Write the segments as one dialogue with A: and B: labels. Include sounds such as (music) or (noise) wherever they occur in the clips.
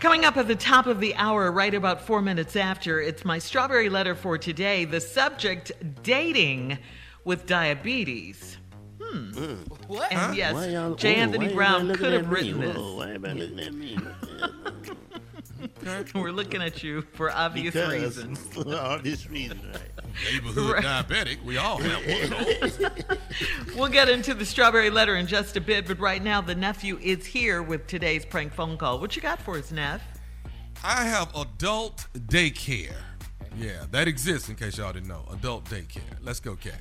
A: Coming up at the top of the hour, right about four minutes after, it's my strawberry letter for today. The subject dating with diabetes.
B: What?
A: And
C: Why y'all-
A: yes, J.
C: ooh,
A: Anthony
C: why y'all
A: Brown
C: looking
A: could
C: at
A: have
C: me?
A: written this.
C: Whoa, why everybody looking at me?
A: We're looking at you for obvious
C: Because- (laughs)
A: reasons.
C: Obvious reason, right?
B: (laughs) Neighborhood diabetic. We all have one.
A: We'll get into the strawberry letter in just a bit, but right now the nephew is here with today's prank phone call. What you got for us, Neff?
B: I have adult daycare. Yeah, that exists in case y'all didn't know. Adult daycare. Let's go, Cat.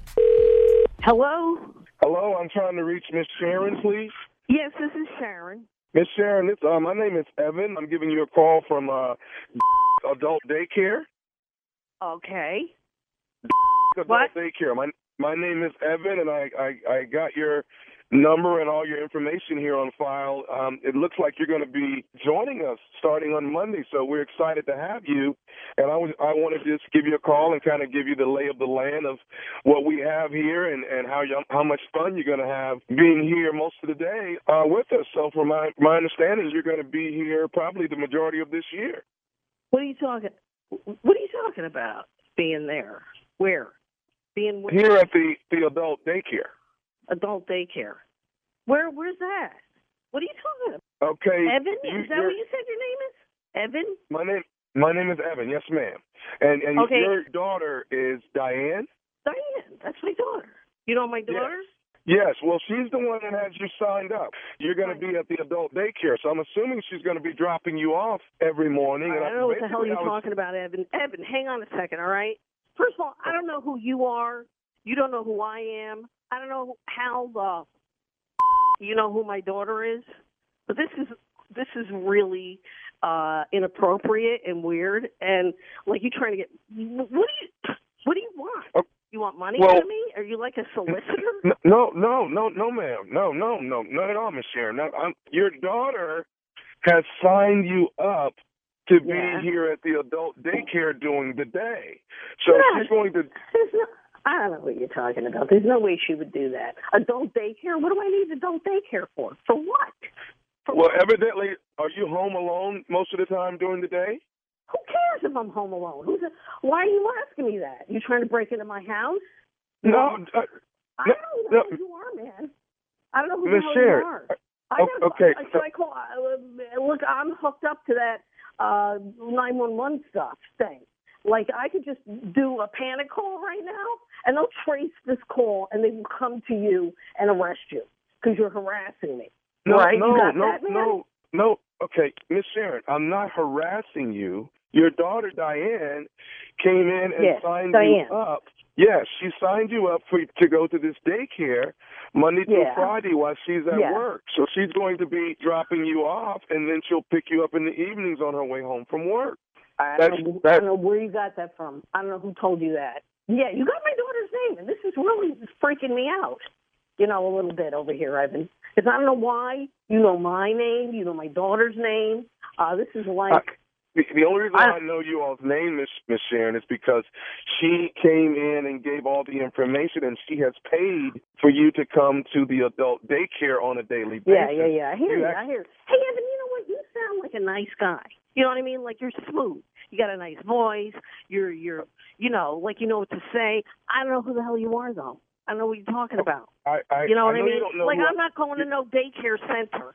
D: Hello?
E: Hello, I'm trying to reach Miss Sharon, please.
D: Yes, this is Sharon.
E: Miss Sharon, this, uh, my name is Evan. I'm giving you a call from uh, adult daycare.
D: Okay.
E: Adult
D: What?
E: daycare. My my name is Evan, and I, I I got your number and all your information here on file. Um, it looks like you're going to be joining us starting on Monday, so we're excited to have you. And I was I wanted to just give you a call and kind of give you the lay of the land of what we have here and and how you, how much fun you're going to have being here most of the day uh, with us. So from my my understanding, you're going to be here probably the majority of this year.
D: What are you talking What are you talking about being there? Where? Being where?
E: Here at the the adult daycare.
D: adult daycare. Where where's that? What are you talking about?
E: Okay,
D: Evan?
E: you-
D: Is that
E: you're-
D: what you said your name is? Evan?
E: My name my name is Evan, yes ma'am. And and
D: Okay.
E: your daughter is Diane?
D: Diane, that's my daughter. You know my daughter?
E: Yes, well she's the one that has you signed up. You're gonna be at the adult daycare, so I'm assuming she's gonna be dropping you off every morning.
D: I
E: and
D: don't know what the hell
E: basically
D: you're
E: I was-
D: talking about, Evan. Evan, hang on a second, all right? First of all, I don't know who you are. You don't know who I am. I don't know how the you know who my daughter is. But this is this is really uh inappropriate and weird and like you trying to get what do you what do you want?
E: Oh.
D: You want money
E: Well-
D: from me? Are you like a solicitor? (laughs)
E: N- No, no, no, no, ma'am. No, no, no, not at all, Miss Sharon. No, I'm, your daughter has signed you up to be
D: Yeah.
E: here at the adult daycare during the day. So
D: Yeah.
E: she's going to
D: There's no, I don't know what you're talking about. There's no way she would do that. Adult daycare? What do I need adult daycare for? For what? For
E: Well,
D: what?
E: evidently, are you home alone most of the time during the day?
D: Who cares if I'm home alone? Who's a, why are you asking me that? You trying to break into my house?
E: No, uh,
D: I
E: No,
D: don't know
E: no.
D: who you are, man. I don't know who
E: Miss
D: the hell
E: Sharon,
D: you are.
E: uh,
D: I
E: o-
D: never,
E: okay,
D: I,
E: so-
D: so I call. I, uh, look, I'm hooked up to that uh 911 stuff thing. Like I could just do a panic call right now, and they'll trace this call, and they will come to you and arrest you because you're harassing me.
E: no,
D: right?
E: no,
D: you got
E: no,
D: that, man?
E: no, no. Okay, Miss Sharon, I'm not harassing you. Your daughter Diane came in and
D: Yes,
E: signed
D: Diane.
E: you up. Yes, she signed you up for to go to this daycare Monday through
D: Yeah.
E: Friday while she's at
D: Yeah.
E: work. So she's going to be dropping you off, and then she'll pick you up in the evenings on her way home from work.
D: I
E: That's-
D: don't, know, I
E: that's-
D: don't know where you got that from. I don't know who told you that. Yeah, you got my daughter's name, and this is really freaking me out. You know, a little bit over here, Evan. Because I don't know why you know my name, you know my daughter's name. Uh, this is like,
E: The, the only reason
D: I-
E: I, know you all's name, Miss Miss Sharon, is because she came in and gave all the information, and she has paid for you to come to the adult daycare on a daily basis.
D: yeah, yeah, yeah. I hear
E: You
D: you.
E: act-
D: I hear. you. Hey, Evan, you know what? You sound like a nice guy. You know what I mean? Like you're smooth. You got a nice voice. You're, you're, you know, like you know what to say. I don't know who the hell you are though. I don't know what you're
E: Oh,
D: talking about.
E: I, I,
D: You know what I,
E: know
D: mean?
E: You don't know
D: like
E: who I-
D: I'm not going to no daycare center.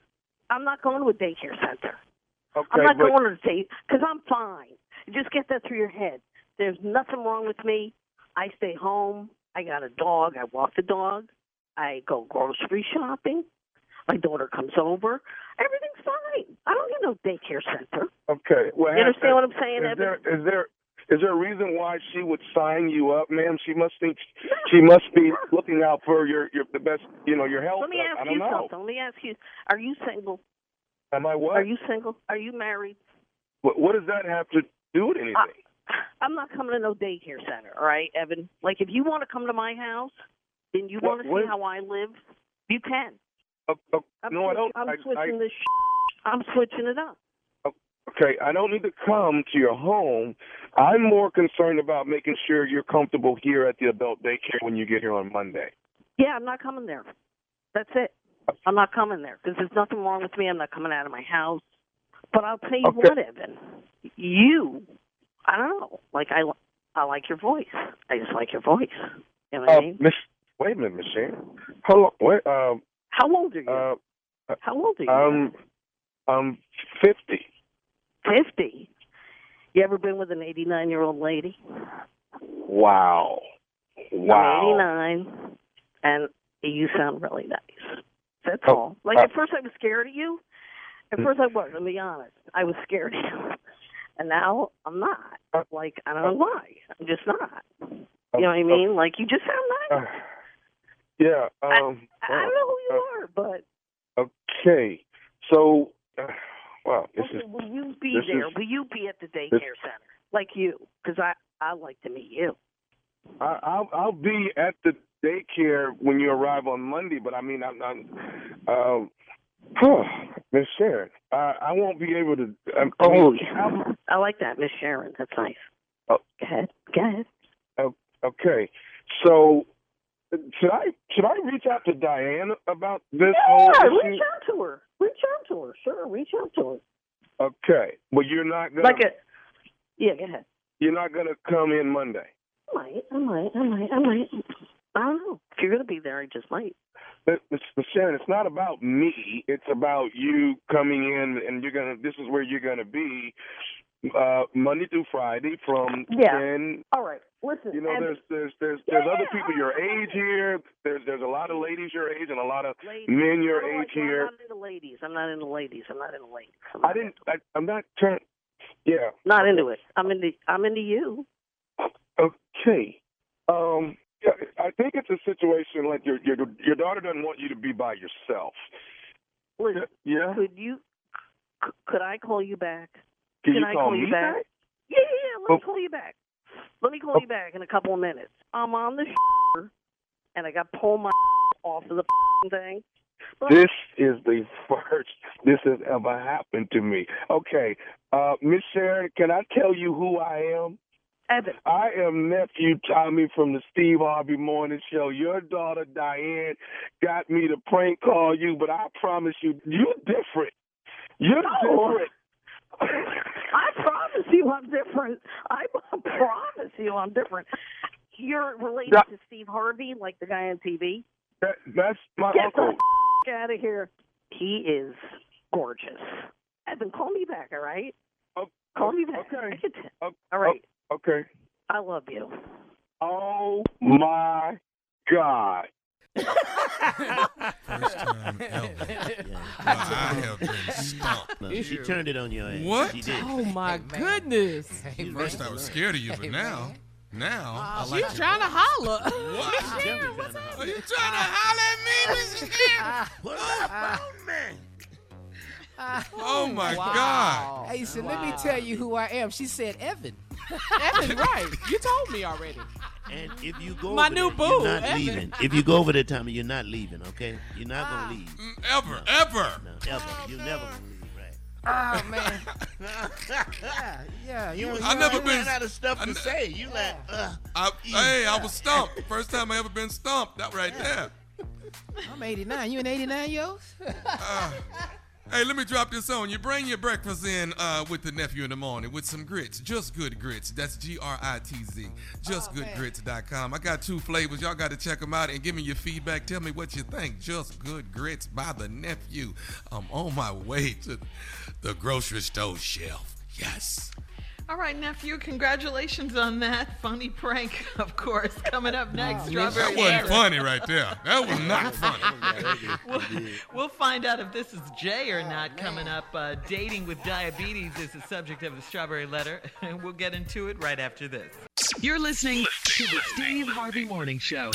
D: I'm not going to a daycare center.
E: okay,
D: I'm not
E: but,
D: going to date because I'm fine. Just get that through your head. There's nothing wrong with me. I stay home. I got a dog. I walk the dog. I go grocery shopping. My daughter comes over. Everything's fine. I don't need no daycare center.
E: Okay, well,
D: You understand what I'm saying,
E: is
D: Evan?
E: there is there is there a reason why she would sign you up, ma'am? She must think she must be looking out for your your the best, you know, your health.
D: Let me
E: I- I
D: ask
E: don't
D: you
E: know.
D: something. Let me ask you: Are you single?
E: Am I what?
D: Are you single? Are you married?
E: what? What does that have to do with anything?
D: I, I'm not coming to no daycare center, all right, Evan? Like, if you want to come to my house and you
E: What-
D: want to
E: what-
D: see how I live, you can.
E: Oh, oh,
D: I'm
E: no, I
D: switch-
E: don't.
D: I'm
E: I- I,
D: switching this. Sh- I'm switching it up.
E: Okay, I don't need to come to your home. I'm more concerned about making sure you're comfortable here at the adult daycare when you get here on Monday.
D: Yeah, I'm not coming there. That's it. I'm not coming there because there's nothing wrong with me. I'm not coming out of my house. But I'll tell you
E: Okay.
D: what, Evan, you, I don't know, like I, I like your voice. I just like your voice. You know what I
E: Uh,
D: mean?
E: Miss, wait a minute, Miss Shane. How long? Wait, uh,
D: How old are you?
E: uh, um,
D: How old are you?
E: I'm, I'm fifty.
D: Fifty. You ever been with an eighty-nine-year-old lady?
E: Wow. Wow.
D: I'm eighty-nine, and you sound really nice. That's
E: Oh,
D: all. Like
E: uh,
D: at first, I was scared of you. At first, I was. I'll be honest. I was scared of you, (laughs) and now I'm
E: Uh,
D: not. Like I don't know why. I'm just not. You know what I mean? Like you just sound
E: Uh,
D: nice.
E: yeah. Um.
D: I I don't know who you
E: uh,
D: are, but
E: wow. Okay. So, uh, wow. This
D: okay,
E: is
D: will you be
E: this
D: there?
E: is-
D: will you be at the daycare center like you? Because I I like to meet you.
E: I, I'll I'll be at the daycare when you arrive on Monday, but I mean I'm not. Um, Miss Sharon, I, I won't be able to. I'm, I mean,
D: Oh,
E: I'm-
D: yeah. I like that, Miss Sharon. That's nice.
E: Oh.
D: Go ahead. Go ahead.
E: okay. So should I should I reach out to Diane about this whole
D: yeah,
E: issue?
D: reach out to her. Reach out to her. Sure, reach out to her.
E: Okay, but you're not gonna
D: Like a. Yeah, go ahead.
E: you're not gonna come in Monday.
D: I might. I might. I might. I might. I don't know. If you're gonna be there, I just might.
E: But, Miss Miss Sharon, it's not about me. It's about you coming in, and you're gonna. This is where you're gonna be uh, Monday through Friday from
D: Yeah.
E: ten.
D: All right. Listen.
E: You know,
D: Evan,
E: there's there's there's
D: Yeah,
E: there's other
D: yeah,
E: people
D: oh,
E: your
D: yeah.
E: age here. There's there's a lot of ladies your age and a lot of
D: ladies,
E: men
D: I
E: your
D: don't
E: age
D: like- I'm
E: here.
D: not into ladies. I'm not into ladies. I'm not into ladies. I'm
E: I didn't. I, I'm not trying. Yeah.
D: Not into it. I'm into. I'm into you.
E: Okay. Um. yeah, I think it's a situation like your your your daughter doesn't want you to be by yourself.
D: Listen.
E: Yeah.
D: Could you? c- Could I call you back?
E: Can,
D: Can
E: you
D: I
E: call,
D: call you
E: me
D: back? Yeah, yeah, yeah. Let
E: Oh.
D: me call you back. Let me call
E: Oh.
D: you back in a couple of minutes. I'm on the (laughs) and I got to pull my (laughs) off of the (laughs) thing. But
E: This is the (laughs) first this has ever happened to me. Okay, uh, Miss Sharon, can I tell you who I am? (laughs)
D: Evan,
E: I am nephew Tommy from the Steve Harvey Morning Show. Your daughter Diane got me to prank call you, but I promise you, you're different. You're
D: No.
E: different.
D: I promise you I'm different. I promise you I'm different. You're related
E: Yeah.
D: to Steve Harvey, like the guy on TV.
E: That, that's my
D: Get
E: uncle.
D: the out of here. He is gorgeous. Evan, call me back, all right?
E: Oh,
D: Call me back.
E: okay.
D: I can tell.
E: Oh,
D: all right.
E: Okay.
D: I love you.
E: Oh my God.
B: (laughs) First time ever. I have been stumped.
C: No, she turned it on your ass.
B: What?
C: She did.
F: Oh my goodness.
B: At First, I was scared of you, but now, now I
F: She's
B: like you.
F: trying to
C: Oh,
F: holler.
B: What?
C: Definitely trying to holler.
B: Are you trying to holler at me, Mrs. Harris? (laughs)
C: What up, bro, man?
B: Oh my God!
G: Hey, so let me tell you who I am. She said Evan.
F: Evan, right. You told me already.
C: And if you go
F: My
C: over
F: new
C: there,
F: boo,
C: you're not
F: Evan.
C: leaving. If you go over there, Tommy, you're not leaving, okay? You're not gonna leave.
B: Mm, Ever, ever.
C: No, ever. You're never gonna leave, right?
G: Oh man. yeah, yeah. You,
B: I never
C: You
B: been.
C: ran out of stuff
B: I
C: to
B: kn-
C: say. You like, uh,
B: I, hey, I was stumped. First time I ever been stumped. That right there.
G: I'm 89. You an 89 year old?
B: Hey, let me drop this on you. Bring your breakfast in uh, with the nephew in the morning with some grits. Just good grits. That's G R I T Z. JustGoodGrits.com. I got two flavors. Y'all got to check them out and give me your feedback. Tell me what you think. Just Good Grits by the nephew. I'm on my way to the grocery store shelf. Yes.
A: All right, nephew, congratulations on that funny prank, (laughs) of course. Coming up next,
B: That
A: Strawberry
B: wasn't
A: Letter.
B: funny right there. That was not funny.
A: We'll, (laughs) we'll find out if this is Jay or not coming up. Uh, dating with diabetes is the subject of the Strawberry Letter, (laughs) and we'll get into it right after this. You're listening to the Steve Harvey Morning Show.